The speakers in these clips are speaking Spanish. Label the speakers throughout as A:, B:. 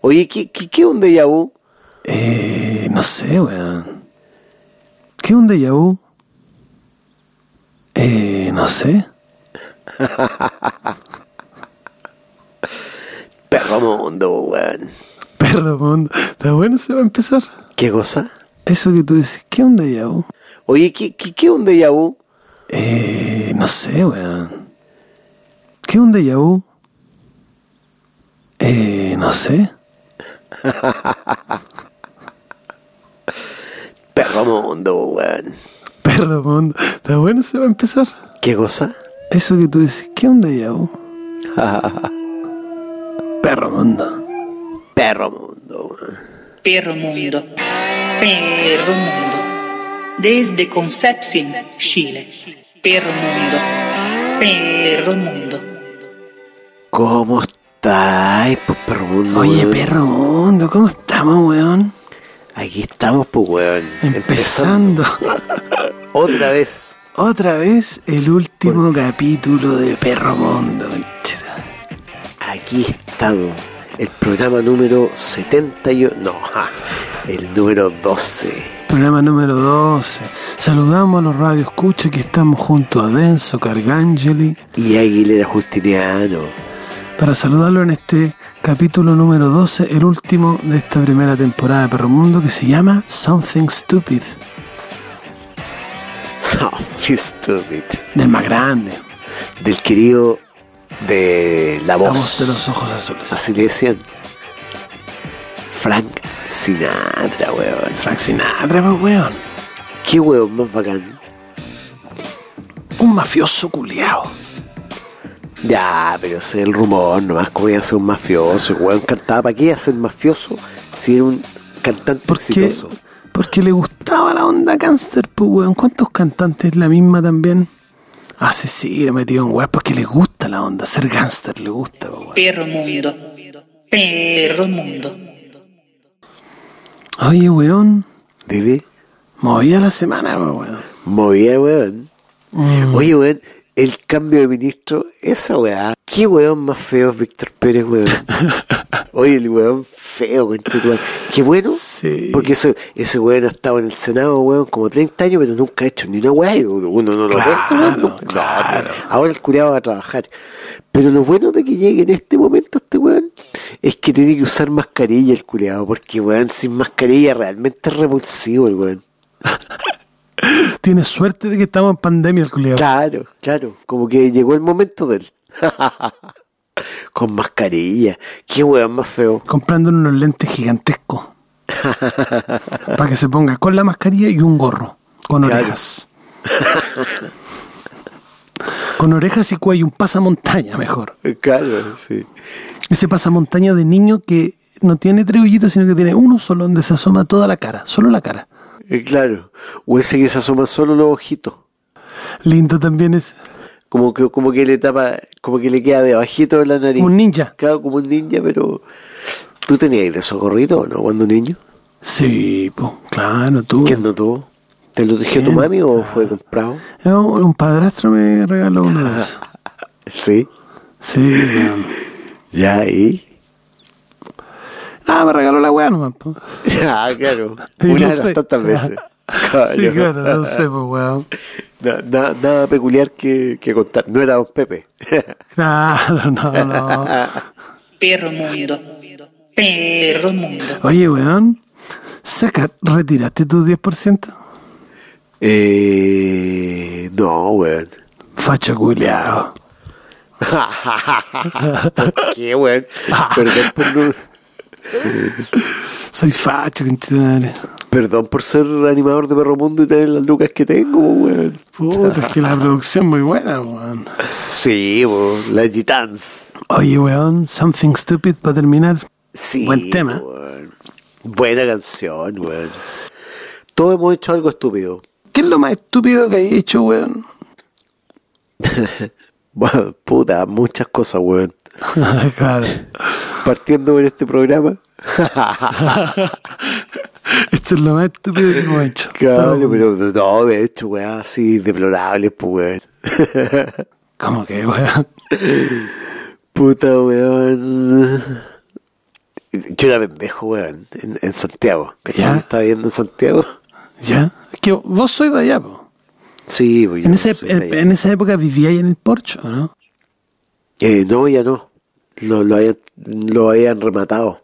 A: Oye, ¿qué, qué, qué es un déjà vu?
B: Eh, no sé, weón. ¿Qué es un déjà vu? Eh, no sé.
A: Perro mundo, weón.
B: Perro mundo. Está bueno, se va a empezar.
A: ¿Qué cosa?
B: Eso que tú decís, ¿qué es un déjà vu?
A: Oye, ¿qué, qué, qué es un déjà vu?
B: Eh, no sé, weón. ¿Qué es un déjà vu? Eh, no sé.
A: Perro mundo, weón.
B: Perro mundo. Está bueno, se va a empezar.
A: ¿Qué cosa?
B: Eso que tú decís, ¿qué es un déjà vu? Perro mundo.
A: Perro mundo, weón.
C: Perro mundo. Perro mundo. Desde Concepción, Chile. Perro mundo. Perro mundo.
A: ¿Cómo estáis, pues, perro mundo?
B: Oye,
A: weón?
B: perro mundo, ¿cómo estamos, weón?
A: Aquí estamos, pues, weón.
B: Empezando
A: Otra vez.
B: otra vez el último capítulo de Perro Mundo. concheta.
A: Aquí estamos. El programa número 71. No, ja, el número 12.
B: Programa número 12. Saludamos a los radioescuchas que estamos junto a Denso Cargangeli
A: Y Aguilera Justiniano.
B: para saludarlo en este capítulo número 12, el último de esta primera temporada de Perro Mundo que se llama Something Stupid,
A: So stupid.
B: del más grande,
A: Del querido de la voz.
B: la voz de los ojos azules.
A: Así le decían. Frank Sinatra, weón.
B: Frank Sinatra, pues, weón.
A: Qué weón más bacán.
B: Un mafioso culiao.
A: Ya, pero ese es el rumor, nomás como iba a ser un mafioso. El weón cantaba, ¿para qué iba a ser mafioso si era un cantante
B: Porque,
A: exitoso?
B: porque le gustaba la onda cáncer, pues, weón. ¿Cuántos cantantes la misma también? Ah, sí, sí, le metido en weón porque le gusta la onda. Ser gánster le gusta, pues, weón.
C: Perro mundo. Perro mundo.
B: Oye, weón,
A: Dime,
B: movía la semana, pues, weón.
A: movía, weón.
B: Mm.
A: Oye, weón, el cambio de ministro, esa weá. ¿Qué weón más feo es Víctor Pérez, weón? Oye, el weón feo, conchetumare. Qué bueno,
B: Sí.
A: porque ese, ese weón ha estado en el Senado, weón, como 30 años, pero nunca ha hecho ni una weá. y Uno, uno no lo
B: Claro,
A: ve, ese weón nunca. No,
B: claro.
A: tío, ahora el culiado va a trabajar. Pero lo bueno de que llegue en este momento este weón es que tiene que usar mascarilla el culiado, porque weón, sin mascarilla realmente es repulsivo el weón.
B: Tiene suerte de que estamos en pandemia, el culiao.
A: Claro, claro, como que llegó el momento de él. Con mascarilla. Qué weón más feo.
B: Comprando unos lentes gigantescos. para que se ponga con la mascarilla y un gorro. Con
A: Claro.
B: orejas. con orejas y cuello. Un pasamontaña, mejor.
A: Eh, Claro, sí.
B: Ese pasamontaña de niño que no tiene tres hoyitos, sino que tiene uno solo donde se asoma toda la cara, solo la cara.
A: Eh, Claro. O ese que se asoma solo los ojitos.
B: Lindo también es
A: Como que, como que le tapa, como que le queda debajito de la nariz.
B: un ninja.
A: Claro, como un ninja, pero. ¿Tú tenías de esos gorritos o no cuando niño?
B: Sí, po, claro, tú.
A: ¿Quién no tuvo? ¿Te lo dije tu
B: ¿Quién?
A: mami o fue comprado?
B: Eh, Un un padrastro me regaló uno de esos.
A: Sí.
B: Sí, weón.
A: Ya ahí.
B: Ah, me regaló la weá nomás, po.
A: Ah, claro.
B: Y
A: Una
B: no
A: de las
B: sé.
A: tantas veces.
B: Sí, claro, no sé, pues, weón.
A: Na- na- nada peculiar que, que contar. No era Don Pepe.
B: Claro, no, no.
C: Perro mundo. Perro mundo.
B: Oye, weón, saca, retiraste tu 10%.
A: eh, no, weón.
B: Facho culeado.
A: ¿Por qué, weón? Perdón por, no-
B: Soy facho, conchetumare.
A: perdón por ser animador de Perro Mundo y tener las lucas que tengo, weón.
B: Puta, es que la producción muy buena, weón.
A: Sí, weón. La Gitans.
B: Oye, weón, Something Stupid para terminar.
A: Sí.
B: Buen tema.
A: weón. Buena canción, weón. Todos hemos hecho algo estúpido.
B: ¿Qué es lo más estúpido que hay hecho, weón?
A: Bueno, puta, muchas cosas, weón.
B: claro.
A: Partiendo por este programa.
B: Esto es lo más estúpido que hemos hecho.
A: Claro, pero no, de hecho, weá, así deplorables, pues, weón.
B: ¿Cómo que, weón?
A: Puta, weón. Yo era pendejo, weón, en, en Santiago.
B: Ya.
A: ¿Cachai? Estaba viviendo en Santiago.
B: ¿Ya? Es que vos sois de allá, po.
A: Sí, pues yo
B: En, ese-
A: soy de
B: en,
A: allá.
B: en esa época vivíais en el porche, ¿o no?
A: Eh, no, ya no. Lo, lo, habían, lo habían rematado.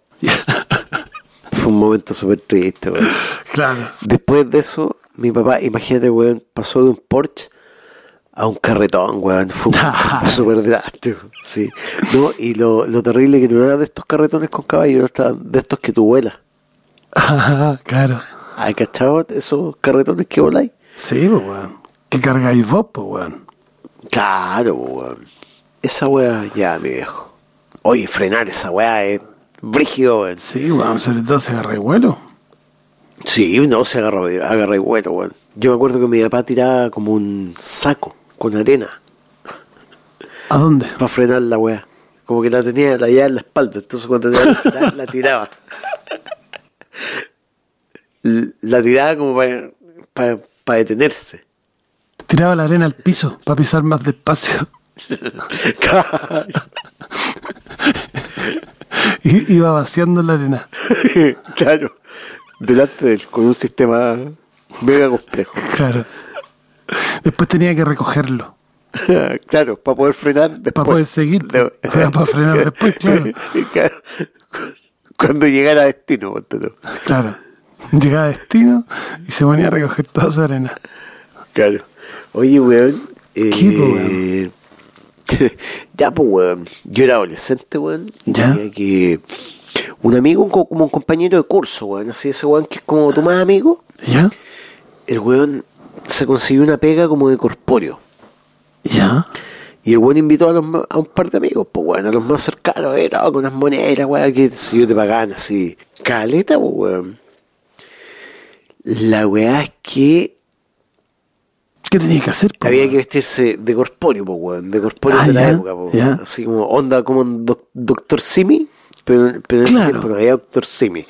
A: Fue un momento súper triste, weón.
B: Claro.
A: Después de eso, mi papá, imagínate, weón, pasó de un Porsche a un carretón, weón. Fue un súper drástico, sí. No, y lo, lo terrible que no era de estos carretones con caballo, era de estos que tú vuelas.
B: claro.
A: ¿Hay cachado esos carretones que voláis?
B: Sí, pues, weón. ¿Qué cargáis vos, pues, weón?
A: Claro, weón. Esa weá, ya, mi viejo. Oye, frenar esa weá es brígido, weón.
B: Sí, weón, sobre todo se agarra el vuelo.
A: Sí, no, se agarra, agarra y vuelo, weón. Yo me acuerdo que mi papá tiraba como un saco con arena.
B: ¿A dónde?
A: para frenar la weá. Como que la tenía, la llevaba en la espalda, entonces cuando tenía que tirar, la tiraba. L- La tiraba como para detenerse.
B: Tiraba la arena al piso para pisar más despacio. Y iba vaciando la arena.
A: claro, delante de él, con un sistema mega complejo.
B: Claro. Después tenía que recogerlo.
A: claro, para poder frenar después.
B: Para poder seguir.
A: No.
B: Para frenar después, claro.
A: Claro. Cuando llegara a destino, ponte tú.
B: Claro. Llegaba a destino y se ponía a recoger toda su arena.
A: Claro. Oye, weón. Eh,
B: ¿Qué, po,
A: ya, pues, weón. Yo era adolescente, weón. Y
B: Ya.
A: tenía que. Un amigo, un co- como un compañero de curso, weón. Así ese weón que es como tu más amigo.
B: ¿Ya?
A: El weón se consiguió una pega como de corpóreo.
B: ¿Ya?
A: Y el weón invitó a, los, ma- a un par de amigos, pues, weón. A los más cercanos, eh, con unas monedas, weón. Que si yo te pagaban así. Caleta, pues, weón. La weá es que
B: ¿Qué tenía que hacer? Pues, po,
A: Había
B: weón?
A: que vestirse de corpóreo, po, weón, de corpóreo
B: Ah,
A: de la
B: ya,
A: época, po,
B: ya.
A: así como onda como un doc- Doctor Simi, pero, pero en
B: Claro.
A: ese tiempo no había Doctor Simi,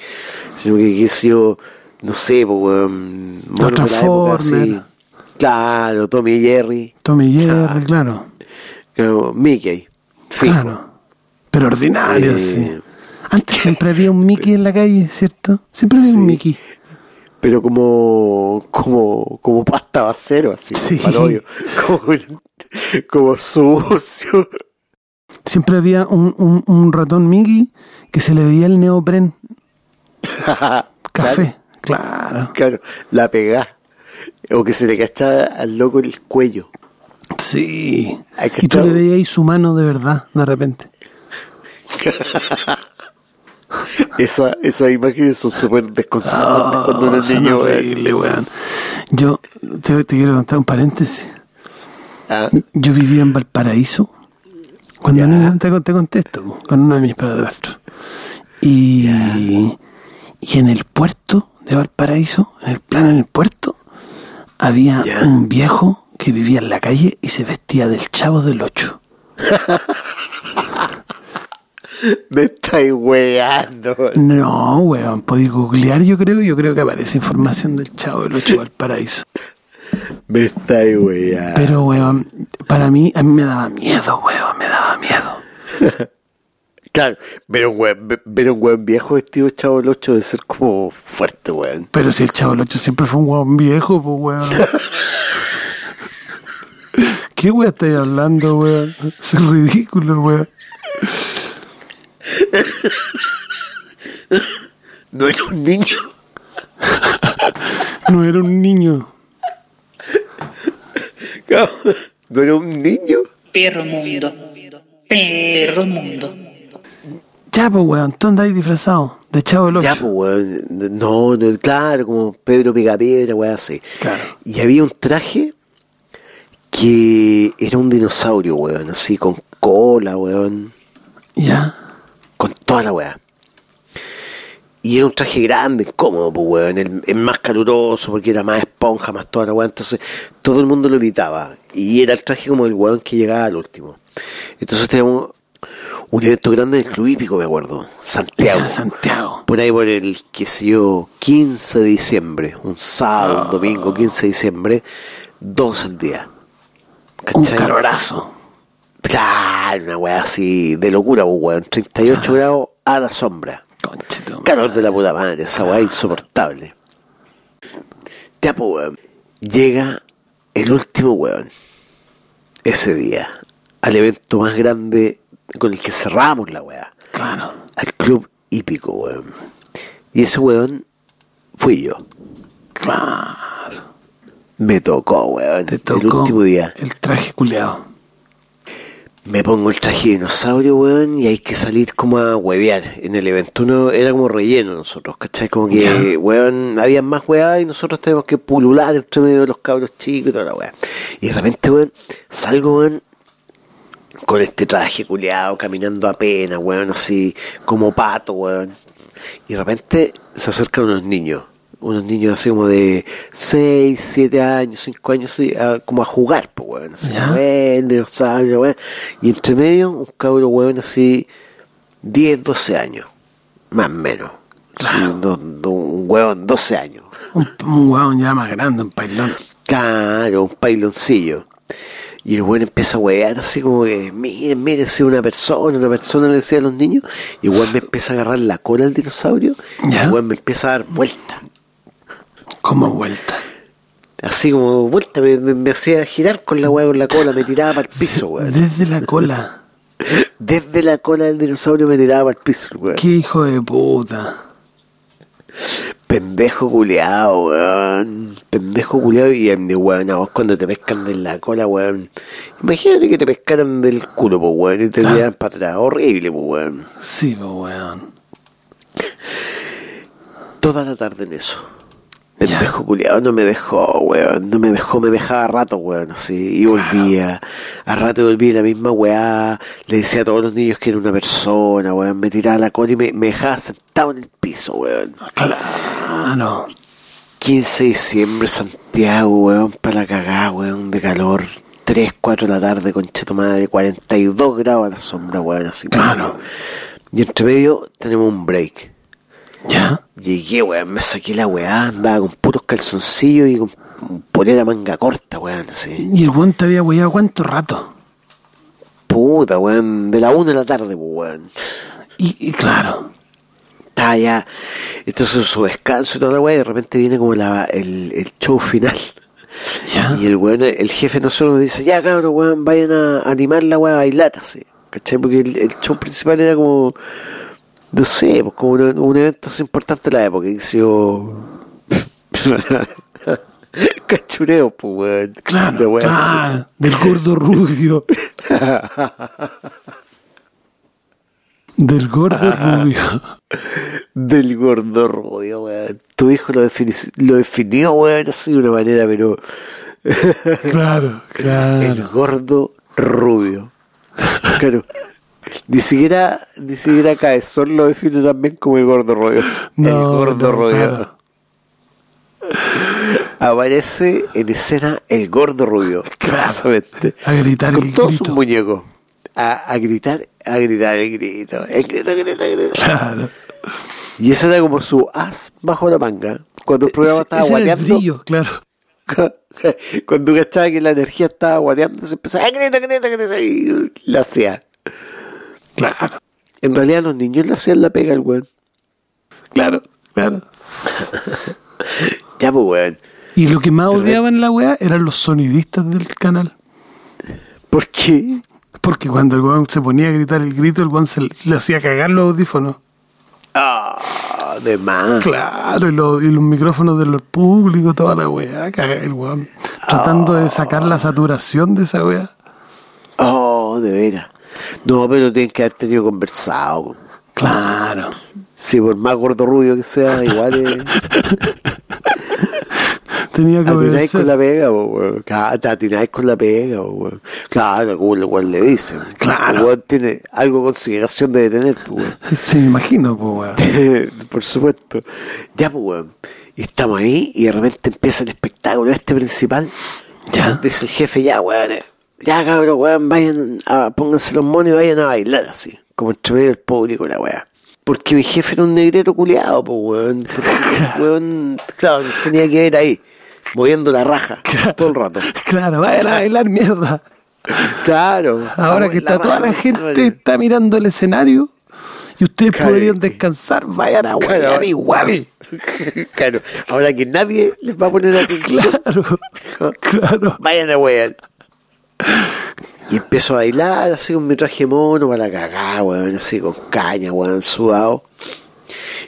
A: sino que qué sé yo, no sé, po, weón,
B: Los
A: monos de la época, así.
B: Transformers.
A: Claro, Tommy y Jerry,
B: Tommy Jerry, claro.
A: claro, Mickey, fijo.
B: Claro. Pero ordinario,
A: Eh,
B: sí. Antes siempre había un Mickey en la calle, ¿cierto? Siempre había un
A: Sí.
B: Mickey.
A: pero como como como pasta basero, así,
B: Sí.
A: para el hoyo, como, como sucio.
B: Siempre había un, un- un ratón Mickey que se le veía el neopren café. Claro.
A: Claro, la pegá. O que se le cachaba al loco el cuello.
B: Sí.
A: Hay que
B: Y tú
A: estar-
B: le veías ahí su mano de verdad, de repente.
A: Esa, esas imágenes son súper desconcertantes cuando uno es
B: Ah, son
A: niño. weón.
B: horrible, weón. Yo te, te quiero contar un paréntesis.
A: Ah,
B: Yo vivía en Valparaíso. Cuando
A: Ya.
B: niño, te, te contesto, po, con uno de mis padrastros. Y, y en el puerto de Valparaíso, en el plano en el puerto, había
A: Ya.
B: un viejo que vivía en la calle y se vestía del chavo del ocho.
A: me estáis weando. weón.
B: No, weón, podéis googlear, yo creo, yo creo que aparece información del chavo del ocho Valparaíso.
A: Me estáis weando.
B: Pero, weón, para mí, a mí me daba miedo, weón, me daba miedo.
A: Claro, ver un weón, ve- ver un weón viejo vestido de chavo el 8 debe ser como fuerte, weón.
B: Pero si el chavo del 8 siempre fue un weón viejo, pues weón. ¿Qué weón estáis hablando, weón? Eso es ridículo, weón.
A: No era un niño.
B: No era un niño.
A: cabrón. No era un niño.
C: Perro mundo. Perro mundo.
B: Ya, pues weón, tú andáis disfrazado de chavo del 8.
A: Ya, pues, weón. No, no, claro, como Pedro Picapiedra, weón, así.
B: Claro.
A: Y había un traje que era un dinosaurio, weón, así, con cola, weón,
B: Ya.
A: con toda la weá. Y era un traje grande, cómodo, pues, weón, el, el más caluroso, porque era más esponja, más toda la weá. Entonces, todo el mundo lo evitaba. Y era el traje como el weón que llegaba al último. Entonces, teníamos un evento grande del Club Hípico, me acuerdo, Santiago
B: Ya, Santiago.
A: por ahí por el, qué sé yo, 15 de diciembre, un sábado, un domingo,
B: Ah.
A: 15 de diciembre, dos al día.
B: Un
A: ¿Cachai?
B: carorazo.
A: Claro, una weá así de locura, pues, weón. 38 grados a la sombra.
B: Conche tu madre.
A: Calor de la puta madre, esa weá insoportable. Ya, po, weón. Llega el último weón. Ese día. Al evento más grande con el que cerramos la weá.
B: Claro.
A: Al club hípico, weón. Y ese weón fui yo.
B: Claro.
A: Me tocó, weón.
B: Te tocó
A: El último día.
B: el traje culeado.
A: Me pongo el traje de dinosaurio, weón, y hay que salir como a huevear. En el evento uno era como relleno nosotros, ¿cachai? Como que,
B: Ya.
A: weón, había más weá y nosotros teníamos que pulular entre medio de los cabros chicos y toda la weá. Y de repente, weón, salgo, weón, con este traje culeado, caminando apenas, weón, así, como pato, weón. Y de repente se acercan unos niños. Unos niños así como de 6, 7 años, 5 años, así, a- como a jugar, pues, weón. Así,
B: Ya.
A: como, "Eh, el dinosaurio, weón. Y entre medio, un cabro, weón, así, 10, 12 años, más o menos. Así, do- do- un hueón, 12 años.
B: Un, un huevón ya más grande, un pailón.
A: Claro, un pailoncillo. Y el weón empieza a huear así como que, miren, miren, si una persona, una persona le decía a los niños, y el weón me empieza a agarrar la cola al dinosaurio, y
B: Ya.
A: el weón me empieza a dar vuelta.
B: Como vuelta.
A: Así como vuelta, me, me- me hacía girar con la weá con la cola, me tiraba para el piso, weón.
B: Desde la cola.
A: Desde la cola del dinosaurio me tiraba para el piso, el weón.
B: Qué hijo de puta.
A: Pendejo culeado, weón. Pendejo culeado y de weón, a vos cuando te pescan de la cola, weón. Imagínate que te pescaran del culo, pues weón, y te
B: Claro.
A: tiraran para atrás. Horrible, pues weón.
B: Sí, pues weón.
A: Toda la tarde en eso.
B: Ya.
A: Pendejo culeado no me dejó, weón. No me dejó, me dejaba a rato, weón, así. Y volvía. A rato volvía la misma weá. Le decía a todos los niños que era una persona, weón. Me tiraba la cola y me, me dejaba sentado en el piso, weón.
B: Claro.
A: 15 de diciembre, Santiago, weón, para la cagá, weón, de calor. 3, 4 de la tarde, concha tu madre, 42 grados a la sombra, weón, así.
B: Claro.
A: Y entre medio tenemos un break.
B: Ya.
A: Llegué, weón, me saqué la weá, andaba con puros calzoncillos y con polera manga corta, weón, así.
B: ¿Y el weón te había hueado cuánto rato?
A: Puta, weón, de la 1 de la tarde, pues, weón.
B: Y, y claro.
A: Estaba ya, entonces su descanso y toda la weá, y de repente viene como la, el, el show final.
B: Ya.
A: Y el weón, el jefe de nosotros dice, ya cabrón, weón, vayan a animar la weá a bailar así. ¿Cachai? Porque el, el show principal era como, no sé, pues como un, un evento así importante de la época. Y se Cachureo, pues weón. Una
B: Claro.
A: weá así.
B: claro. Del gordo rubio. Del gordo rubio.
A: Del gordo rubio, weón. Tu hijo lo, defini- lo definió, weón, así de una manera, pero...
B: Claro,
A: El
B: claro.
A: gordo rubio. Claro. Ni siquiera, ni siquiera Caezón lo define también como el gordo rubio. el
B: No,
A: gordo
B: no,
A: rubio.
B: claro.
A: Aparece en escena el gordo rubio. Precisamente.
B: A gritar
A: Con
B: el
A: todos sus
B: grito.
A: muñecos. A, a gritar, a gritar el grito. El grito, grito, grito.
B: Claro.
A: Y ese era como su as bajo la manga. Cuando el programa
B: E, Ese-
A: estaba
B: ese era el
A: guateando.
B: brillo, claro.
A: Cuando cachaba que la energía estaba guateando, se empezaba a gritar, gritar, gritar. Y la hacía.
B: Claro.
A: En realidad los niños le hacían la pega al weón.
B: Claro, claro.
A: Ya, pues, weón.
B: Y lo que más odiaban la weá eran los sonidistas del canal.
A: ¿Por qué?
B: Porque cuando el weón se ponía a gritar el grito, el weón se le, le hacía cagar los audífonos.
A: Ah, de más.
B: Claro, y, los- y los micrófonos del público, toda la weá, caga el weón. Tratando de sacar la saturación de esa weá.
A: Oh, de veras. No, pero tienen que haber tenido conversado. po.
B: Claro.
A: Si por más gordo rubio que sea, igual eh,
B: Tenía
A: es.
B: que
A: Atináis
B: obedecer.
A: con la pega, po, weón. Ca- te Atináis con la pega, po, weón. Claro, como el weón le dicen.
B: Claro.
A: El weón tiene algo de consideración debe tener, po, weón.
B: Sí, me imagino, pues weón.
A: Por supuesto. Ya, pues, weón. Y estamos ahí y de repente empieza el espectáculo este principal.
B: Ya.
A: Dice el jefe, ya, weón. eh, Ya, cabrón, weón, vayan a, pónganse los monos y vayan a bailar así. Como entre medio del público, la weá. Porque mi jefe era un negrero culeado, pues, weón. Porque, weón, claro, tenía que ir ahí, moviendo la raja todo el rato.
B: Claro, vayan a bailar mierda.
A: Claro.
B: Ahora que está toda la gente está mirando el escenario y ustedes
A: Claro.
B: podrían descansar, vayan a huear
A: Claro.
B: igual.
A: claro, ahora que nadie les va a poner atención,
B: Claro, claro.
A: vayan a weón. Y empiezo a bailar así con mi traje mono para cagar, weón, así con caña, weón, sudado.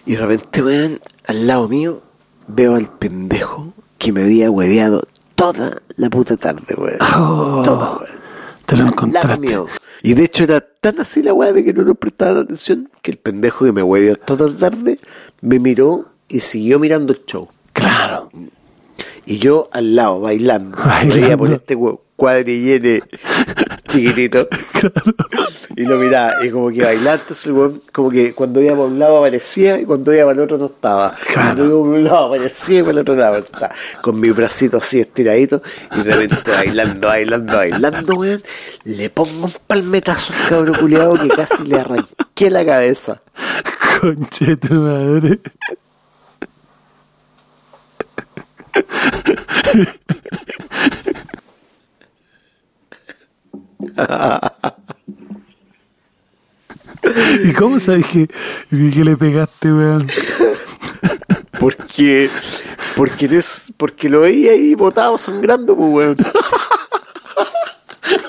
A: Y de repente, weón, al lado mío veo al pendejo que me había hueveado toda la puta tarde, weón.
B: Oh,
A: Toda, weón.
B: te lo
A: Lado
B: encontraste.
A: mío. Y de hecho era tan así la weá de que no nos prestaban atención que el pendejo que me huevió toda la tarde me miró y siguió mirando el show.
B: Claro.
A: Y yo al lado, bailando.
B: Bailando.
A: Veía por este hue- cuadrillete chiquitito. Y lo miraba. Y como que bailaba, entonces el weón, como que cuando iba para un lado aparecía y cuando iba para el otro no estaba.
B: Claro.
A: Cuando iba para un lado aparecía y para el otro lado estaba. Con mis bracitos así estiraditos y de repente bailando, bailando, bailando, weón. Le pongo un palmetazo al cabro culiado que casi le arranqué la cabeza.
B: Conche tu madre. ¿Y cómo sabes que, que le pegaste, weón?
A: Porque, porque, eres- porque lo veía ahí botado sangrando, pues, weón.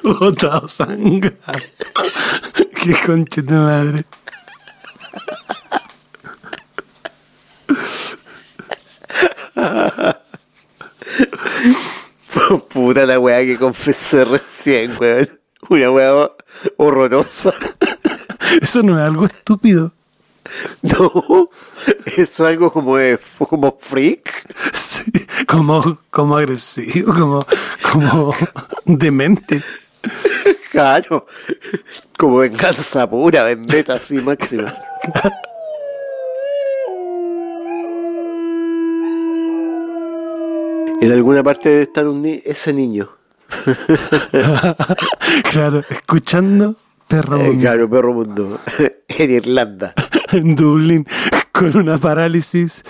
B: Botado sangre. Qué conche tu madre.
A: Puta la weá que confesé recién, weón. Una weá horrorosa.
B: Eso no es algo estúpido.
A: No, eso es algo como, de- como freak.
B: Sí, como, como agresivo, como, como demente.
A: Claro, como venganza pura, vendetta así máxima. En alguna parte debe estar un ni- ese niño.
B: Claro, escuchando perro
A: Eh,
B: Bondi
A: claro, perro mundo. En Irlanda.
B: en Dublín con una parálisis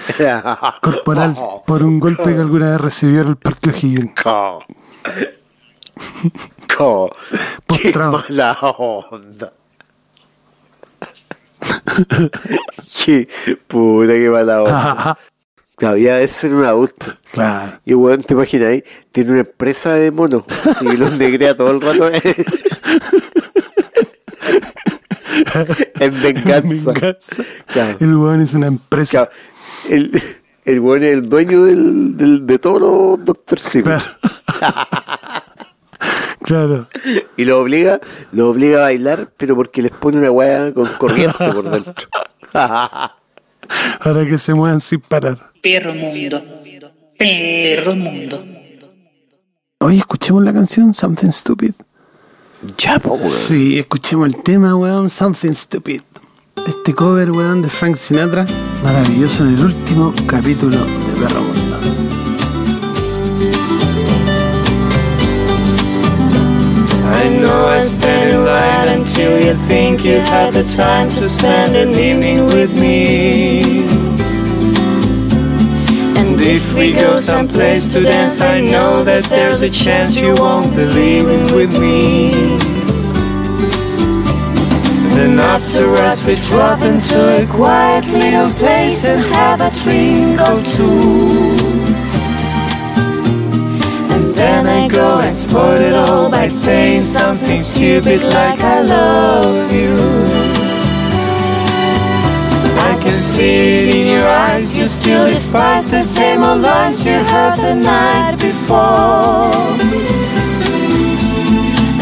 B: corporal
A: Oh.
B: por un golpe que alguna vez recibió en el Parque O'Higgins.
A: Co. Co. Qué
B: Postrado.
A: mala onda. qué puta, qué mala onda. Todavía es ser un adulto.
B: Claro.
A: Y weón, te imaginas ahí, tiene una empresa de monos. Así que los negrea todo el rato. en venganza.
B: Venganza.
A: Claro.
B: El weón es una empresa.
A: Claro, El, el weón es el dueño del, del- de todos los Doctor Simi.
B: Claro. Claro.
A: Y lo obliga, lo obliga a bailar, pero porque les pone una weá con corriente por dentro.
B: Para que se muevan sin parar.
C: Perro mundo. Perro mundo.
B: Oye, escuchemos la canción Something Stupid.
A: ya, po, weón.
B: Sí, escuchemos el tema, weón, Something Stupid. Este cover, weón, de Frank Sinatra, maravilloso en el último capítulo de Perro Mundo.
D: I know I stand in line until you think you have the time to spend an evening with me. And if we go someplace to dance, I know that there's a chance you won't be leaving with me. Then after us, we drop into a quiet little place and have a drink or two. And then I go and spoil it all by saying something stupid like I love you. I can see it in your eyes, you still despise the same old lines you had the night before.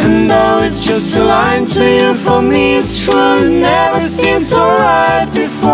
D: And though it's just a line to you, for me it's true, it never seems so right before.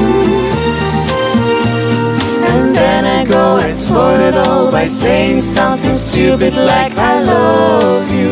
D: And then I go and spoil it all by saying something stupid like I love you.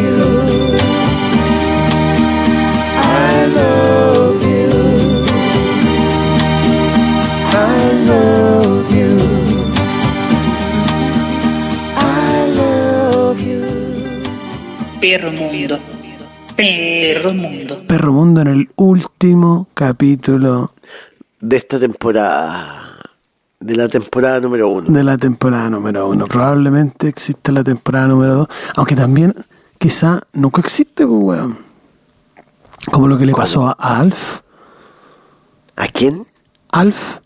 D: you. I love you. I love you. I love you.
C: Perro mundo. Perro mundo.
B: Perro Mundo en el último capítulo
A: de esta temporada, de la temporada número uno.
B: de la temporada número uno. Probablemente existe la temporada número dos, aunque también quizá nunca existe, pues, weón. Como lo que le pasó a Alf.
A: ¿A quién?
B: Alf,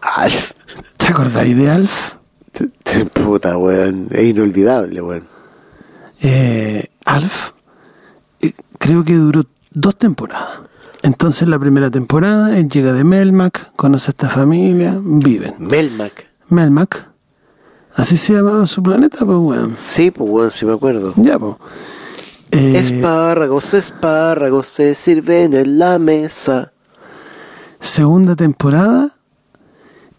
A: Alf.
B: ¿te acordáis de Alf?
A: T- t- Puta, weón. Es inolvidable, weón.
B: Eh, Alf eh, creo que duró dos temporadas. Entonces la primera temporada él llega de Melmac, conoce a esta familia, viven.
A: Melmac.
B: Melmac, así se llamaba su planeta, pues weón.
A: Sí, pues weón, sí me acuerdo.
B: Ya, pues. Eh,
A: Espárragos, espárragos se sirven en la mesa.
B: segunda temporada,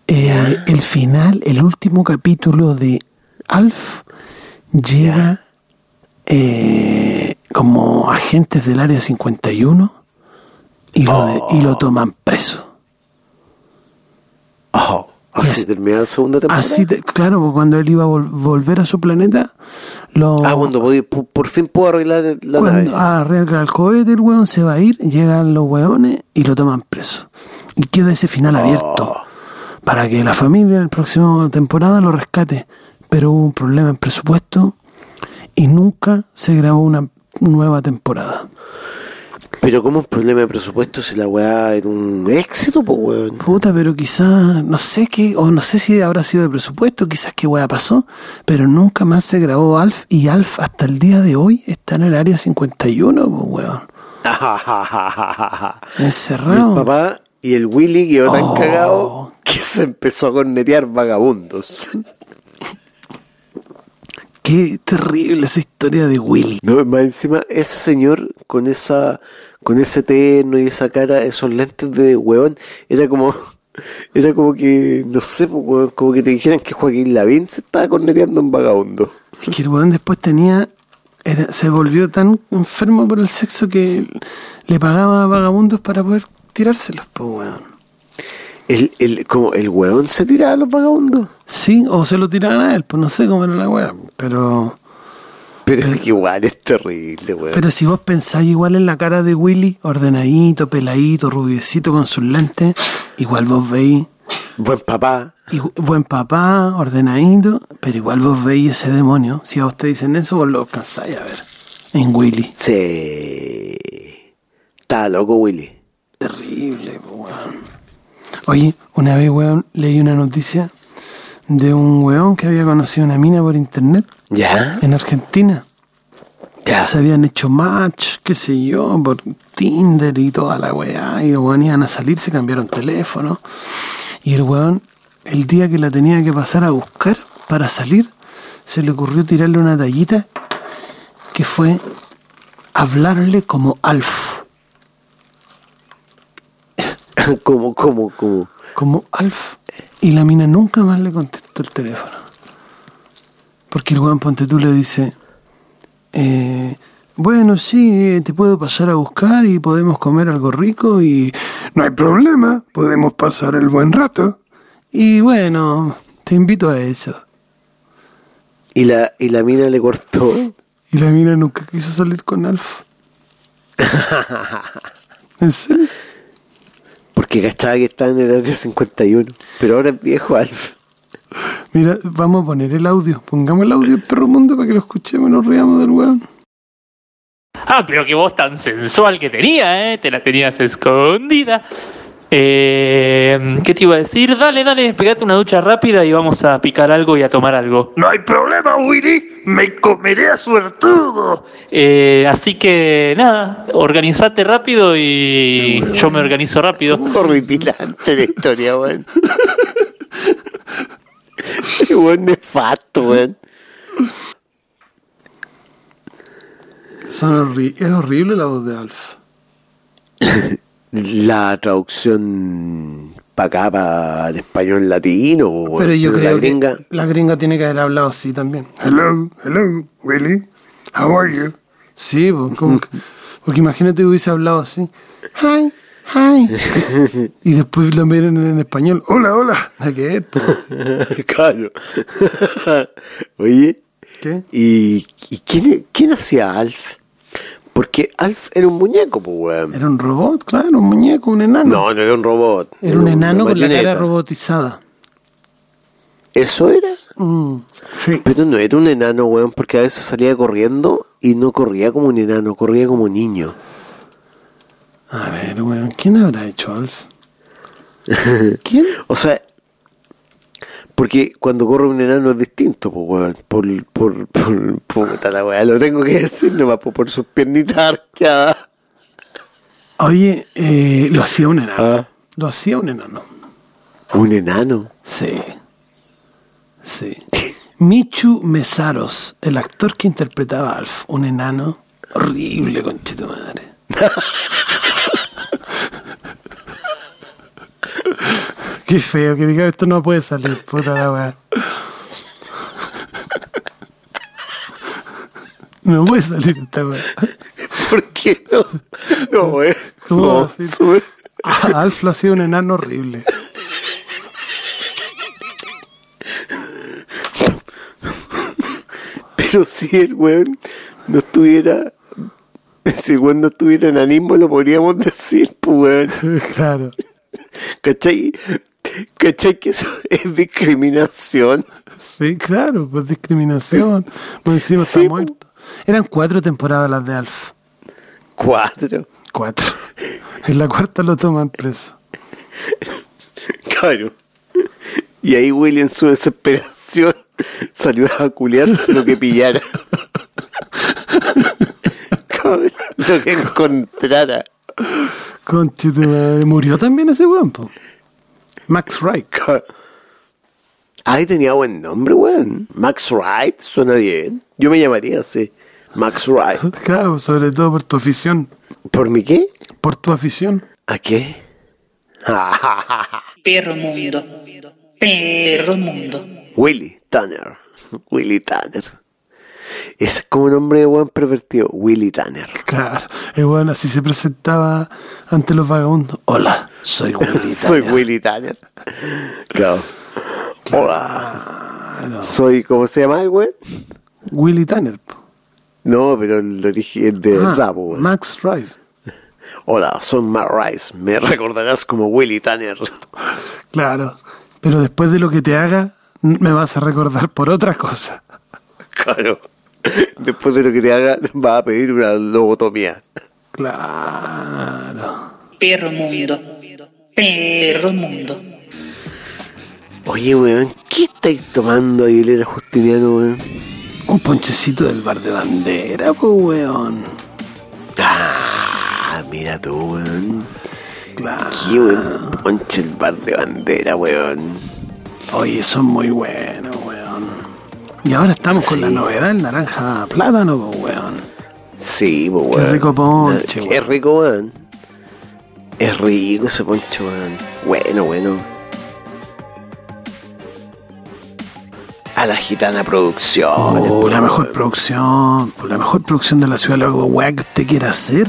B: eh, el final, el último capítulo de Alf llega eh, como agentes del área 51 y lo, de- y lo toman preso.
A: Oh, así
B: Yes.
A: terminaba la segunda temporada.
B: Así, te- claro, porque cuando él iba a vol- volver a su planeta, lo
A: Ah, cuando podí- pu- por fin puedo arreglar la
B: Oh. cuando
A: nave.
B: arregla el cohete, el weón se va a ir, llegan los weones y lo toman preso. Y queda ese final
A: Oh.
B: abierto para que la familia en la próxima temporada lo rescate. Pero hubo un problema en presupuesto y nunca se grabó una nueva temporada.
A: Pero como un problema de presupuesto si la weá era un éxito, pues weón.
B: Puta, pero quizás, no sé qué, o no sé si habrá sido de presupuesto, quizás qué weá pasó, pero nunca más se grabó Alf y Alf hasta el día de hoy está en el área 51, pues weón.
A: Y el
B: Encerrado.
A: papá y el Willy quedó tan cagado que se empezó a cornetear vagabundos.
B: Qué terrible esa historia de Willy.
A: No, más encima, ese señor con esa con ese terno y esa cara, esos lentes de huevón, era como era como que, no sé, pues, huevón, como que te dijeran que Joaquín Lavín se estaba corneteando un vagabundo.
B: Es que el weón después tenía. era- se volvió tan enfermo por el sexo que le pagaba a vagabundos para poder tirárselos, pues weón.
A: El, el, como el huevón se tiraba a los vagabundos.
B: Sí, o se lo tiraban a él, pues no sé cómo era la weá, pero.
A: Pero es que igual es terrible, huevón.
B: Pero si vos pensáis igual en la cara de Willy, ordenadito, peladito, rubiecito con sus lentes, igual vos veis,
A: Buen papá.
B: y buen papá, ordenadito, pero igual vos veis ese demonio. Si a vos te dicen eso, vos lo alcanzáis a ver en Willy.
A: Sí. Está loco, Willy.
B: Terrible, po, weón. Oye, una vez, weón, leí una noticia de un weón que había conocido una mina por internet
A: ¿Ya?
B: en Argentina.
A: Ya.
B: se habían hecho match, qué sé yo, por Tinder y toda la weá, y los weón iban a salir, se cambiaron teléfono, y el weón, el día que la tenía que pasar a buscar para salir, se le ocurrió tirarle una tallita que fue hablarle como Alf,
A: como, como, como.
B: como Alf, y la mina nunca más le contestó el teléfono. Porque el weón Ponte tú le dice, Eh, bueno, sí, eh, te puedo pasar a buscar y podemos comer algo rico y no hay problema, podemos pasar el buen rato. Y bueno, te invito a eso.
A: Y la, y la mina le cortó.
B: Y la mina nunca quiso salir con Alf. ¿En serio?
A: Porque cachaba que estaba en el área 51. Pero ahora es viejo Alf.
B: Mira, vamos a poner el audio. Pongamos el audio del perro mundo para que lo escuchemos y nos riamos del weón.
E: Ah, pero qué voz tan sensual que tenía, ¿eh? Te la tenías escondida. Eh, ¿Qué te iba a decir? Dale, dale, pegate una ducha rápida y vamos a picar algo y a tomar algo.
F: No hay problema, Willy. Me comeré a suertudo.
E: Eh, así que nada, organizate rápido y yo me organizo rápido.
A: Horripilante la historia, weón. Qué buen nefasto, weón.
B: Son horri- es horrible la voz de Alf.
A: La traducción para acá, para el español latino, weón.
B: Pero yo
A: la
B: creo
A: gringa.
B: que la gringa tiene que haber hablado así también. Hello, hello, Willy. How are you? Sí, po, como que- porque imagínate hubiese hablado así. Hi, hi. y después lo miran en español. Hola, hola. ¿A qué es, po?
A: claro. Oye,
B: ¿Qué?
A: ¿y, y quién, quién hacía Alf? Porque Alf era un muñeco, pues, weón.
B: Era un robot, claro, un muñeco, un enano.
A: No, no era un robot.
B: Era un
A: una
B: enano con la cara
A: marioneta.
B: robotizada.
A: ¿Eso era?
B: Mm, sí.
A: Pero no era un enano, weón, porque a veces salía corriendo y no corría como un enano, corría como un niño.
B: A ver, weón, ¿quién habrá hecho Alf? ¿Quién?
A: O sea, porque cuando corre un enano es distinto, pues, weón. Por, por, por, puta la weá, lo tengo que decir nomás, po, por sus piernitas arqueadas.
B: Oye, eh, lo hacía un enano.
A: Ah.
B: Lo hacía un enano.
A: Un enano.
B: Sí. Sí. Michu Mesaros, el actor que interpretaba a Alf, un enano horrible, conchito madre. Qué feo que diga esto no puede salir, puta la weá. No puede salir esta weá.
A: ¿Por qué no? No, weón.
B: ¿Cómo va
A: No,
B: a ser?
A: sube.
B: Ah, Alf lo ha sido un enano horrible.
A: Pero si el weón no estuviera. Si el weón no estuviera enanismo, lo podríamos decir, pues, weón.
B: Claro.
A: ¿Cachai? ¿Cachai que eso es discriminación?
B: Sí, claro, pues discriminación. Por encima
A: Sí,
B: está
A: po.
B: muerto. Eran cuatro temporadas las de Alf.
A: Cuatro.
B: Cuatro. En la cuarta lo toman preso.
A: Claro. Y ahí Willy en su desesperación salió a culiarse lo que pillara. Cabrón, lo que encontrara.
B: Conchito madre. Murió también ese weón, po. Max Wright.
A: Ca- Ahí tenía buen nombre, weón. Max Wright, suena bien. Yo me llamaría así. Max Wright.
B: Claro, sobre todo por tu afición.
A: ¿Por mi qué?
B: Por tu afición.
A: ¿A qué?
C: Perro mundo. Perro mundo.
A: Willy Tanner. Willy Tanner. Ese es como un nombre de weón pervertido. Willy Tanner.
B: Claro. El weón así se presentaba ante los vagabundos. Hola, soy Willy.
A: Soy
B: Tanner.
A: Willy Tanner. Claro. Hola. Soy, ¿cómo se llama el weón?
B: Willy Tanner. po.
A: No, pero el origen de
B: Ah,
A: rabo, weón.
B: Max Wright.
A: Hola, soy Matt Rice. Me recordarás como Willy Tanner.
B: Claro. Pero después de lo que te haga, n- me vas a recordar por otra cosa.
A: Claro. Después de lo que te haga, vas a pedir una lobotomía.
B: Claro.
C: Perro mundo. Perro mundo.
A: Oye, weón, ¿qué estáis tomando, Aguilera Justiniano, weón?
B: Un ponchecito del bar de bandera, pues, weón.
A: Ah, mira tú, weón.
B: Claro.
A: Qué buen ponche el bar de bandera, weón.
B: Oye, son muy buenos, weón. Y ahora estamos con
A: Sí.
B: la novedad del naranja plátano, pues, weón.
A: Sí, pues,
B: Qué
A: weón.
B: rico ponche,
A: Qué
B: weón.
A: rico, weón. Es rico ese ponche, weón. Bueno, bueno. A la gitana producción.
B: Oh, la mejor producción, por la mejor producción de la ciudad, luego, weón, que usted quiera hacer,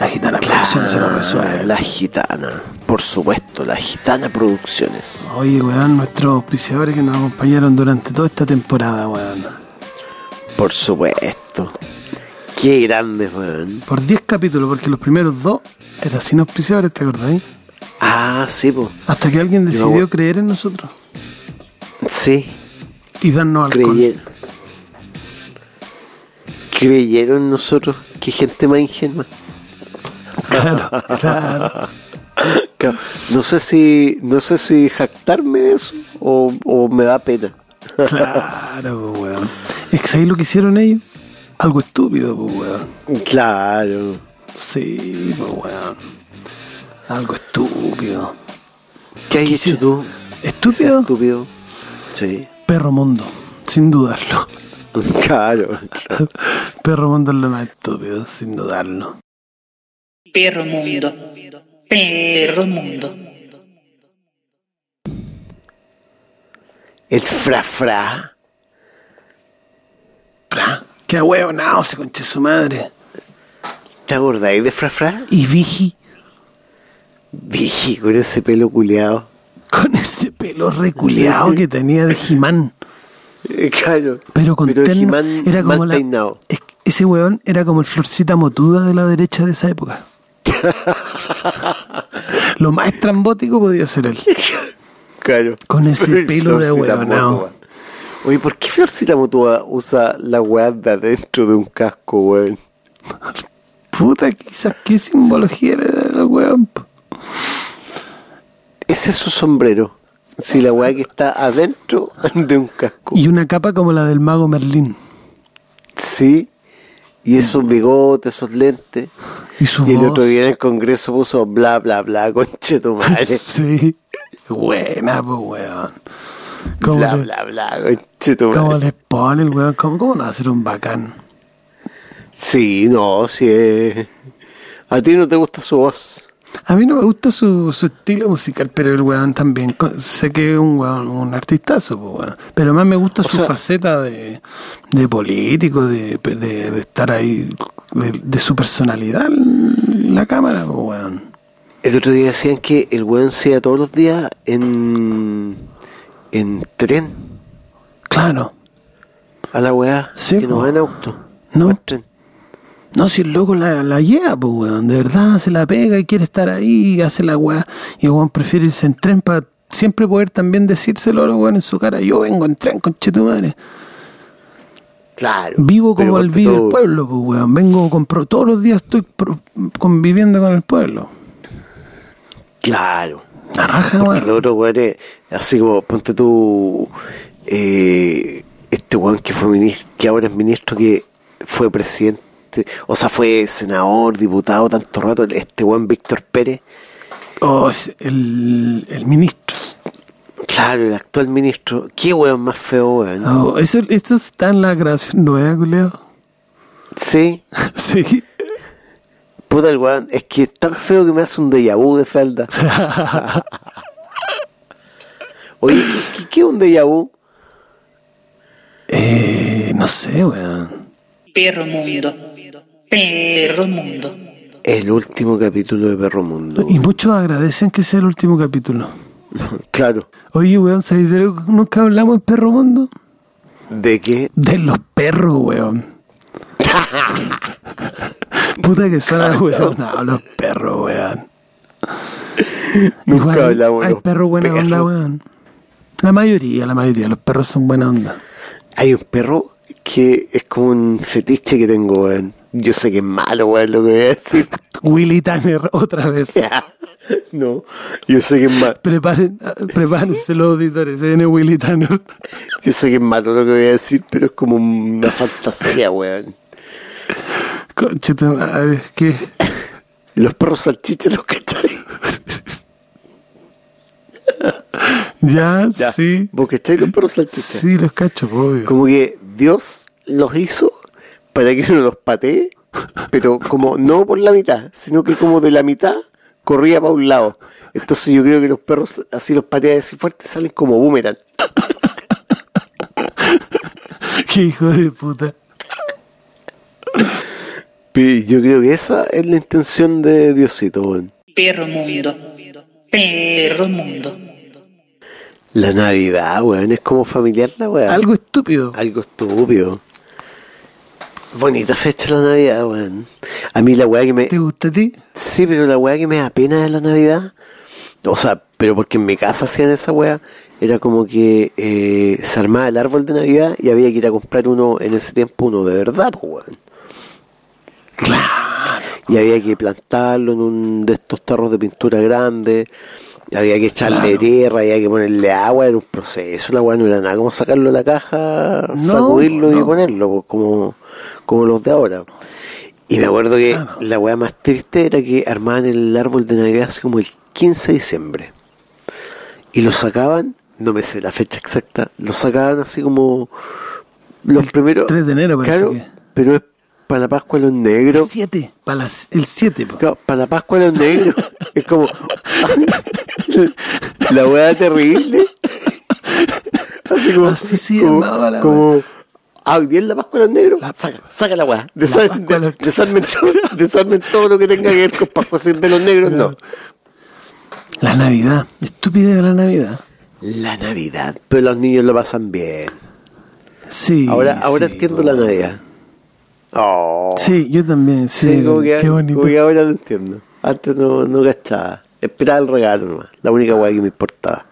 B: la gitana producción se lo resuelve.
A: La gitana. Por supuesto, la gitana producciones.
B: Oye, weón, nuestros auspiciadores que nos acompañaron durante toda esta temporada, weón.
A: Por supuesto. Qué grande, weón.
B: Por 10 capítulos, porque los primeros dos eran sin auspiciadores, ¿te acordáis?
A: Ah, sí, pues.
B: Hasta que alguien decidió
A: Yo-
B: creer en nosotros
A: Sí.
B: y darnos alcohol.
A: Creyeron. Creyeron nosotros. Qué gente más ingenua.
B: Claro, claro.
A: Claro, No sé si, no sé si jactarme de eso o, o me da pena.
B: Claro, pues, weón. Es que ¿sabéis lo que hicieron ellos? Algo estúpido, pues, weón.
A: Claro.
B: Sí, pues, weón. Algo estúpido.
A: ¿Qué has
B: Quise-
A: hecho tú? Sea
B: ¿Estúpido?
A: Estúpido. Sí.
B: Perro Mundo, sin dudarlo.
A: Claro.
B: Perro Mundo es lo más estúpido, sin dudarlo.
C: Perro mundo. Perro mundo.
A: El frafra.
B: Pra, qué huevonao se conche su madre.
A: ¿Te acordáis de frafra?
B: Y Vigi,
A: Dije con ese pelo culeado.
B: con ese pelo reculeado que tenía de Jimán.
A: Eh, Claro.
B: Pero con
A: Pero
B: terno,
A: He-Man
B: era como
A: mal
B: la-
A: peinado.
B: es que ese weón era como el florcita motuda de la derecha de esa época. Lo más estrambótico podía ser él.
A: Claro.
B: Con ese
A: Pero
B: pelo de
A: Florcita
B: huevonao.
A: Motúa. Oye, ¿por qué Florcita Motúa usa la weá de adentro de un casco, weón?
B: Puta, quizás qué simbología era del weón. po.
A: Ese es su sombrero. Sí, la weá que está adentro de un casco.
B: Y una capa como la del mago Merlín.
A: Sí. Y esos bigotes, esos lentes.
B: Y su
A: Y el
B: voz.
A: otro día en el Congreso puso bla, bla, bla, conche tu madre.
B: sí. Buena, pues weón. ¿Cómo,
A: Bla,
B: le-
A: bla, bla, conche tu
B: cómo
A: madre.
B: les pone el weón? ¿Cómo, cómo no va a ser un bacán?
A: Sí, no, sí es. A ti no te gusta su voz.
B: A mí no me gusta su, su estilo musical, pero el weón también. co- Sé que es un weón, un artistazo, pues, weón. pero más me gusta su
A: sea-
B: faceta de, de político, de, de- de estar ahí, de, de su personalidad en la cámara, pues, weón.
A: El otro día decían que el weón sea todos los días en. en tren
B: Claro.
A: a la weá.
B: Sí,
A: que no
B: po.
A: va en auto.
B: No.
A: va en tren.
B: No, si el loco la, la lleva, pues, weón. De verdad, se la pega y quiere estar ahí y hace la weá. Y el weón prefiere irse en tren para siempre poder también decírselo a los weón en su cara. Yo vengo en tren, conchetumare.
A: Claro.
B: Vivo
A: Pero
B: como el
A: ponte
B: vive
A: tú-
B: el pueblo, pues, weón. Vengo con pro- todos los días estoy pro- conviviendo con el pueblo.
A: Claro.
B: La raja,
A: Porque los
B: weón.
A: otros weones, así como, ponte tú, eh, este weón que fue minis- que ahora es ministro, que fue presidente, o sea, fue senador, diputado tanto rato, este weón Víctor Pérez,
B: Oh, es el, el ministro.
A: claro, el actual ministro, qué weón más feo, weón.
B: Oh, eso, esto está en la grabación nueva, culeo.
A: Sí,
B: Sí.
A: puta el weón, es que es tan feo que me hace un déjà vu de falda. Oye, ¿qué, qué- qué es un déjà vu?
B: Eh, no sé, weón.
C: Perro mundo. Perro mundo.
A: El último capítulo de Perro Mundo.
B: Y muchos agradecen que sea el último capítulo.
A: claro.
B: Oye, weón, ¿sabes de lo que nunca hablamos en Perro Mundo?
A: ¿De qué?
B: De los perros, weón. Puta que son
A: Ah,
B: las weón. No, los perros, weón.
A: Nunca
B: Igual hay-
A: hablamos de
B: Hay
A: los
B: perros buena
A: perros.
B: onda, weón. La mayoría, la mayoría. Los perros son buena onda.
A: Hay un perro que es como un fetiche que tengo, weón. Yo sé que es malo, weón, lo que voy a decir.
B: Willy Tanner, otra vez.
A: no, yo sé que es malo.
B: Preparen, prepárense los auditores. Se viene Willy Tanner.
A: Yo sé que es malo lo que voy a decir, pero es como una fantasía, weón.
B: Conche tu madre, es que.
A: Los perros salchichas, los cachai.
B: Ya,
A: Ya,
B: sí.
A: ¿Vos cacháis los perros salchichas?
B: Sí, los cacho, obvio.
A: Como que Dios los hizo para que uno los patee, pero como no por la mitad, sino que como de la mitad corría para un lado. Entonces yo creo que los perros así los patea así fuerte salen como boomerang.
B: Qué hijo de puta.
A: Pero yo creo que esa es la intención de Diosito, weón.
C: Perro mundo. Perro mundo.
A: La Navidad, weón, es como familiar la weá.
B: Algo estúpido.
A: Algo estúpido. Bonita fecha la Navidad, weón. A mí la weá que me...
B: ¿Te gusta a ti?
A: Sí, pero la weá que me da pena de la Navidad, o sea, pero porque en mi casa hacían esa weá, era como que eh, se armaba el árbol de Navidad y había que ir a comprar uno en ese tiempo, uno de verdad, pues weón.
B: Claro.
A: y había que plantarlo en un de estos tarros de pintura grande, había que echarle
B: Claro.
A: tierra, había que ponerle agua, era un proceso, la weá no era nada como sacarlo de la caja,
B: No,
A: sacudirlo y
B: no.
A: ponerlo, pues, como, como los de ahora. Y me acuerdo que
B: Claro.
A: la weá más triste era que armaban el árbol de Navidad así como el 15 de diciembre. Y lo sacaban, no me sé la fecha exacta, lo sacaban así como los
B: El
A: primeros.
B: 3 de enero parece
A: claro,
B: que.
A: pero es para la Pascua los
B: El
A: negros.
B: 7, para las- el 7, po.
A: Claro, para la Pascua los negros. es como. la hueá terrible. Así como.
B: Así se
A: como,
B: llamaba la
A: como, Ah, hoy día es la Pascua de los Negros.
B: La-
A: Saca, saca la weá.
B: Pascua de los-
A: desarmen, todo, desarmen todo lo que tenga que ver con Pascua de los Negros. No.
B: La Navidad, estúpida de la Navidad.
A: La Navidad. Pero los niños lo pasan bien.
B: Sí.
A: Ahora, ahora
B: sí,
A: entiendo
B: po.
A: la Navidad. Oh.
B: Sí, yo también, sí.
A: Sí, como que,
B: qué bonito.
A: como que ahora lo entiendo. Antes no, no cachaba. Esperaba el regalo nomás. La única weá que me importaba.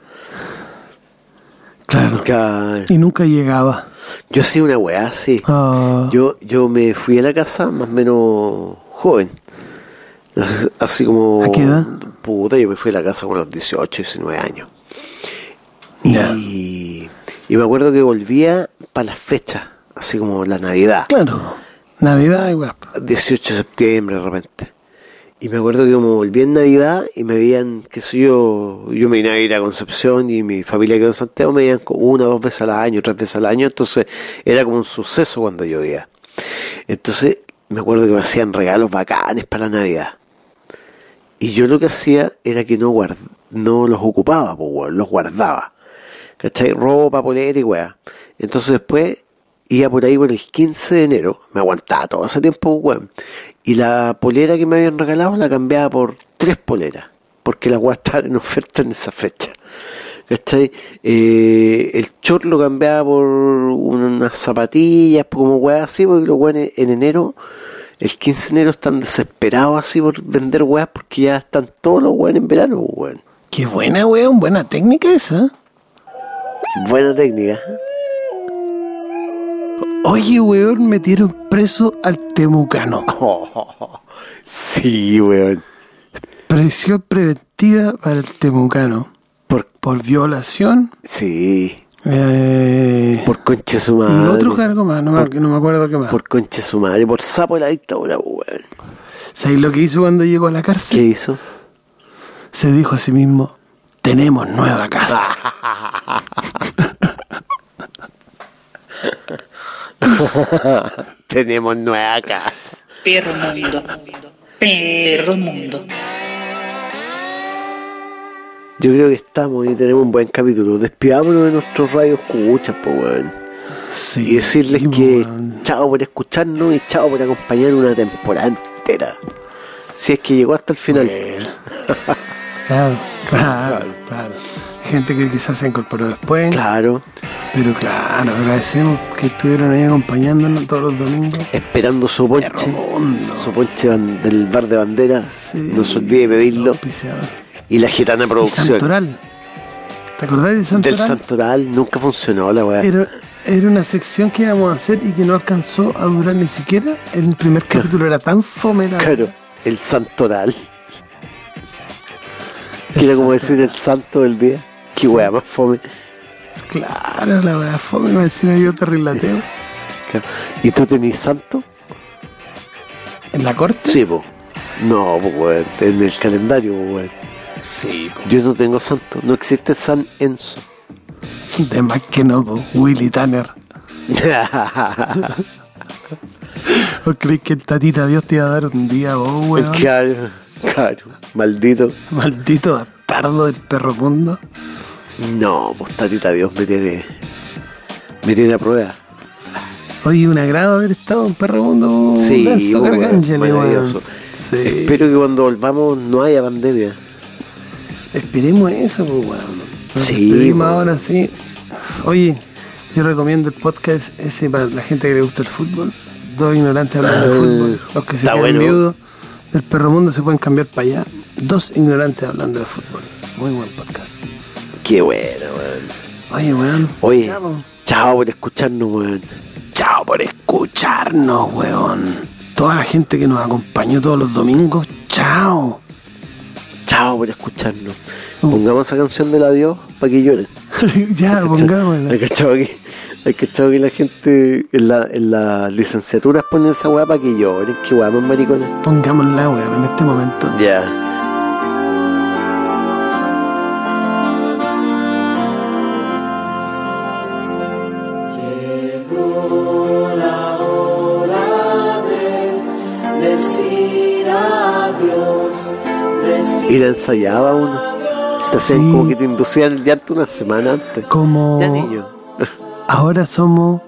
B: Claro.
A: Ca-
B: Y nunca llegaba.
A: Yo hacía una weá así.
B: Ah,
A: Yo, yo me fui a la casa más o menos joven. Así como.
B: ¿A qué edad?
A: Puta, yo me fui a la casa con los 18, 19 años. Y,
B: Ya.
A: y me acuerdo que volvía para las fechas, así como la Navidad.
B: Claro. Navidad igual. po.
A: 18 de septiembre de repente. Y me acuerdo que como volví en Navidad y me veían, qué sé yo, yo me iba a ir a Concepción y mi familia quedó en Santiago, me veían co- una, dos veces al año, tres veces al año, entonces era como un suceso cuando yo iba. Entonces me acuerdo que me hacían regalos bacanes para la Navidad. Y yo lo que hacía era que no, guard- no los ocupaba, po, weón, los guardaba. ¿Cachai? Ropa, polera y weá. Entonces después iba por ahí por el 15 de enero, me aguantaba todo ese tiempo, weón. Y la polera que me habían regalado la cambiaba por tres poleras, porque las weas estaban en oferta en esa fecha. ¿Cachai? Eh, el short lo cambiaba por unas zapatillas, como weá así, porque los weones en enero, el 15 de enero están desesperados así por vender weas porque ya están todos los weones en verano, weón.
B: Qué buena, weón. Buena técnica esa.
A: Buena técnica.
B: Oye, weón, metieron preso al temucano.
A: Sí, weón.
B: Presión preventiva para el temucano.
A: Por,
B: Por violación.
A: sí,
B: Eh,
A: por concha su
B: y
A: madre.
B: otro cargo más. No, me- no me acuerdo qué más.
A: Por concha su madre, por sapo de la dictadura, pues, weón.
B: ¿Sabéis lo que hizo cuando llegó a la
A: ¿Qué
B: cárcel?
A: hizo?
B: Se dijo a sí mismo, tenemos nueva casa.
A: Tenemos nueva casa.
C: Perro mundo. Perro mundo.
A: Yo creo que estamos y tenemos un buen capítulo. Despidámonos de nuestros radios escuchas, po, weón.
B: Sí,
A: Y decirles
B: sí,
A: que
B: weón.
A: chao por escucharnos y chao por acompañar una temporada entera. Si es que llegó hasta el final.
B: Claro, claro, claro. Gente que quizás se incorporó después.
A: Claro,
B: Pero claro, agradecemos que estuvieron ahí acompañándonos todos los domingos.
A: esperando su ponche.
B: Romondo.
A: Su ponche ban- del bar de bandera.
B: Sí.
A: No se olvide pedirlo.
B: Auspiciador.
A: Y la gitana
B: Y
A: producción.
B: Santoral. ¿Te acordás de Santoral?
A: Del Santoral nunca funcionó la weá.
B: Era, era una sección que íbamos a hacer y que no alcanzó a durar ni siquiera. El primer capítulo era tan fome. la-
A: Claro, el Santoral. Que era como decir el santo del día. Qué weá más fome.
B: Claro, la verdad, fome, me decía yo te relateo.
A: Claro. ¿Y tú tenés santo?
B: ¿En la corte?
A: Sí, po. No, po, weón. En el calendario, po, weón.
B: Sí, po.
A: Yo no tengo santo. No existe San Enzo.
B: De más que no, po. Willy Tanner. ¿O crees que el tatita Dios te iba a dar un día vos, weón?
A: claro, claro. Maldito.
B: Maldito bastardo del perro mundo.
A: No, pues tatita Dios me tiene. Me tiene a prueba.
B: Oye, un agrado haber estado en perro mundo.
A: Sí,
B: Lenzo
A: weón,
B: Gargangeli, weón.
A: maravilloso.
B: Sí.
A: Espero que cuando volvamos no haya pandemia.
B: Esperemos eso, pues, weón. Nos
A: Sí,
B: despedimos
A: po.
B: ahora sí. Oye, yo recomiendo el podcast ese para la gente que le gusta el fútbol. Dos ignorantes hablando de fútbol. Los que se
A: Ah, está
B: quedan
A: bueno.
B: viudos del perro mundo se pueden cambiar para allá. Dos ignorantes hablando de fútbol. Muy buen podcast.
A: Qué bueno, weón.
B: Oye, weón.
A: Oye,
B: Ya, po.
A: Oh, chao por escucharnos, weón.
B: Chao por escucharnos, weón. toda la gente que nos acompañó todos los domingos. Chao.
A: Chao por escucharnos.
B: Uh.
A: Pongamos esa canción del adiós para que lloren.
B: ya, pongámosla.
A: Hay cachado que, hay cachado que la gente en la, en las licenciaturas ponen esa weá para que lloren. Qué weá más maricones.
B: Pongámosla, weón, en este momento.
A: Ya. Y la ensayaba uno. Te hacían
B: Sí.
A: como que te inducían el llanto una semana antes.
B: Como
A: Ya niño.
B: ahora somos,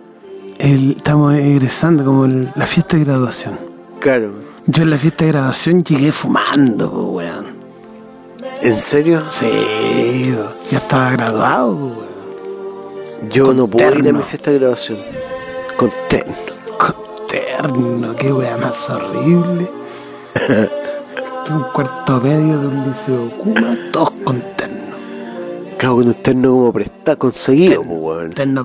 B: el, estamos egresando, como el- la fiesta de graduación.
A: Claro.
B: Yo en la fiesta de graduación llegué fumando, po, weón.
A: ¿En serio?
B: Sí, po. ya estaba graduado, po, weón.
A: Yo
B: Con
A: no puedo ir a
B: terno.
A: mi fiesta de graduación. Con terno.
B: Con terno, qué weá más horrible. Que un cuarto medio de un liceo Cuba, todos con terno.
A: Cago con un terno como prestado, conseguido, pues, weón.
B: Terno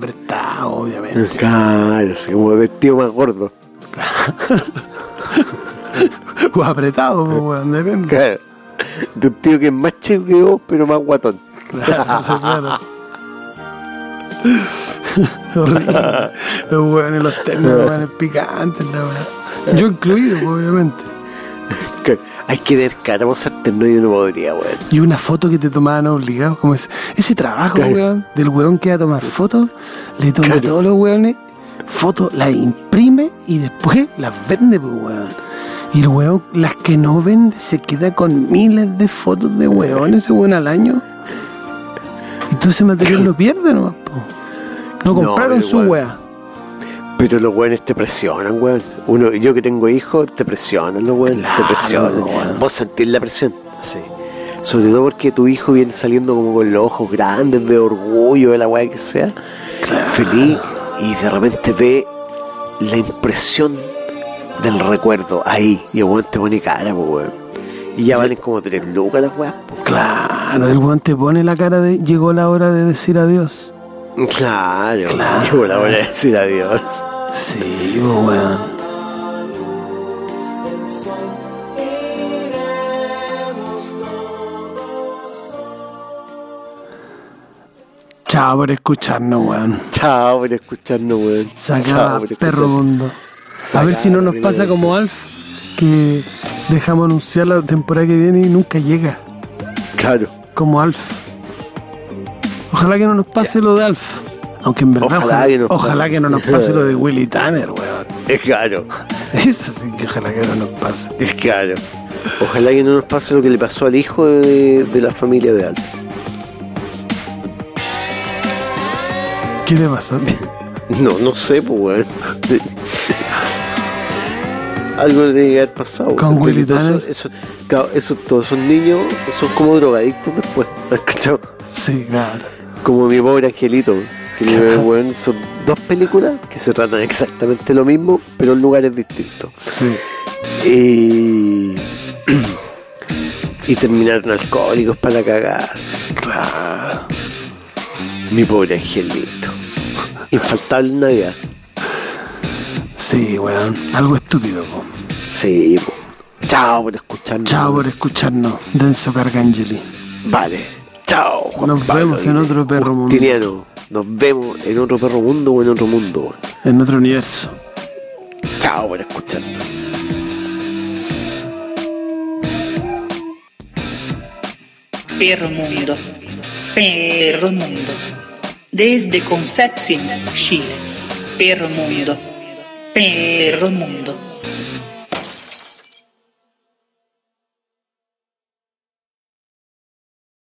B: prestado, obviamente.
A: Claro, así como vestido más gordo.
B: o apretado, po, weón, depende.
A: Claro. De un tío que es más chico que vos, pero más guatón.
B: Claro, claro. Horrible. los weones, los ternos, los weones picantes, la weá. Yo incluido, po, obviamente.
A: Claro. Hay que ver cara, vos ser terno yo no podría, weón.
B: Y una foto que te tomaban obligados, como ese, ese trabajo,
A: Claro.
B: weón, del weón que va a tomar fotos, le toma
A: Claro.
B: a todos los weones, fotos, las imprime y después las vende, pues, weón. Y el weón, las que no vende, se queda con miles de fotos de weones, ese weón al año. Y todo ese material lo pierde nomás, po. No
A: No,
B: compraron
A: pero
B: su
A: igual.
B: weá.
A: Pero los weones te presionan, weón. Uno, yo que tengo hijos, te presionan los weones,
B: Claro,
A: te presionan.
B: weón.
A: Vos sentís la presión, sí. Sobre todo porque tu hijo viene saliendo como con los ojos grandes, de orgullo, de la weá que sea, feliz, y de repente ve la impresión del recuerdo ahí, y el weón te pone cara, pues, weón. Y ya valen como tres lucas las weas, pues.
B: Claro, el weón te pone la cara de llegó la hora de decir adiós.
A: Claro,
B: Claro.
A: llegó la hora de decir adiós.
B: Sí, po, weón. Chao por escucharnos, weón.
A: Chao por escucharnos, weón.
B: Se acaba
A: Chao por
B: perro
A: escucharnos.
B: mundo.
A: Se
B: A ver
A: acaba,
B: si no nos
A: perro
B: pasa
A: mundo.
B: como Alf, que dejamos anunciar la temporada que viene y nunca llega.
A: Claro.
B: Como Alf. Ojalá que no nos pase lo de Alf. Aunque en verdad,
A: Ojalá
B: ojalá,
A: que nos
B: ojalá
A: pase.
B: que no nos pase lo de Willy Tanner, weón.
A: Es claro,
B: Eso sí que ojalá que no nos pase.
A: es claro. Ojalá que no nos pase lo que le pasó al hijo de, de la familia de Alf.
B: ¿Qué le pasó?
A: No, no sé, pues, weón. Algo le tiene que haber pasado.
B: Con
A: weón.
B: Willy
A: Todos
B: Tanner.
A: son- Esos, claro, esos- todos esos niños son como drogadictos después. ¿has cachado?
B: Sí, claro.
A: Como mi pobre angelito. Que mi pobre weón, son dos películas que se tratan exactamente lo mismo, pero en lugares distintos.
B: Sí.
A: Y, y terminaron alcohólicos para cagarse.
B: Claro.
A: Mi pobre angelito. Infaltable en Navidad.
B: Sí, weón. Algo estúpido, po.
A: Sí. po. Chao por escucharnos.
B: Chao por escucharnos. Denso Cargangeli.
A: Vale. Chao. Juan
B: Nos
A: Pablo
B: vemos en
A: Aguilera.
B: otro perro mundo.
A: Justiniano, Nos vemos en otro perro mundo o en otro mundo. weón.
B: En otro universo.
A: Chao por escucharnos.
C: Perro Mundo. Perro Mundo. Desde Concepción, Chile. Perro Mundo. Perro Mundo.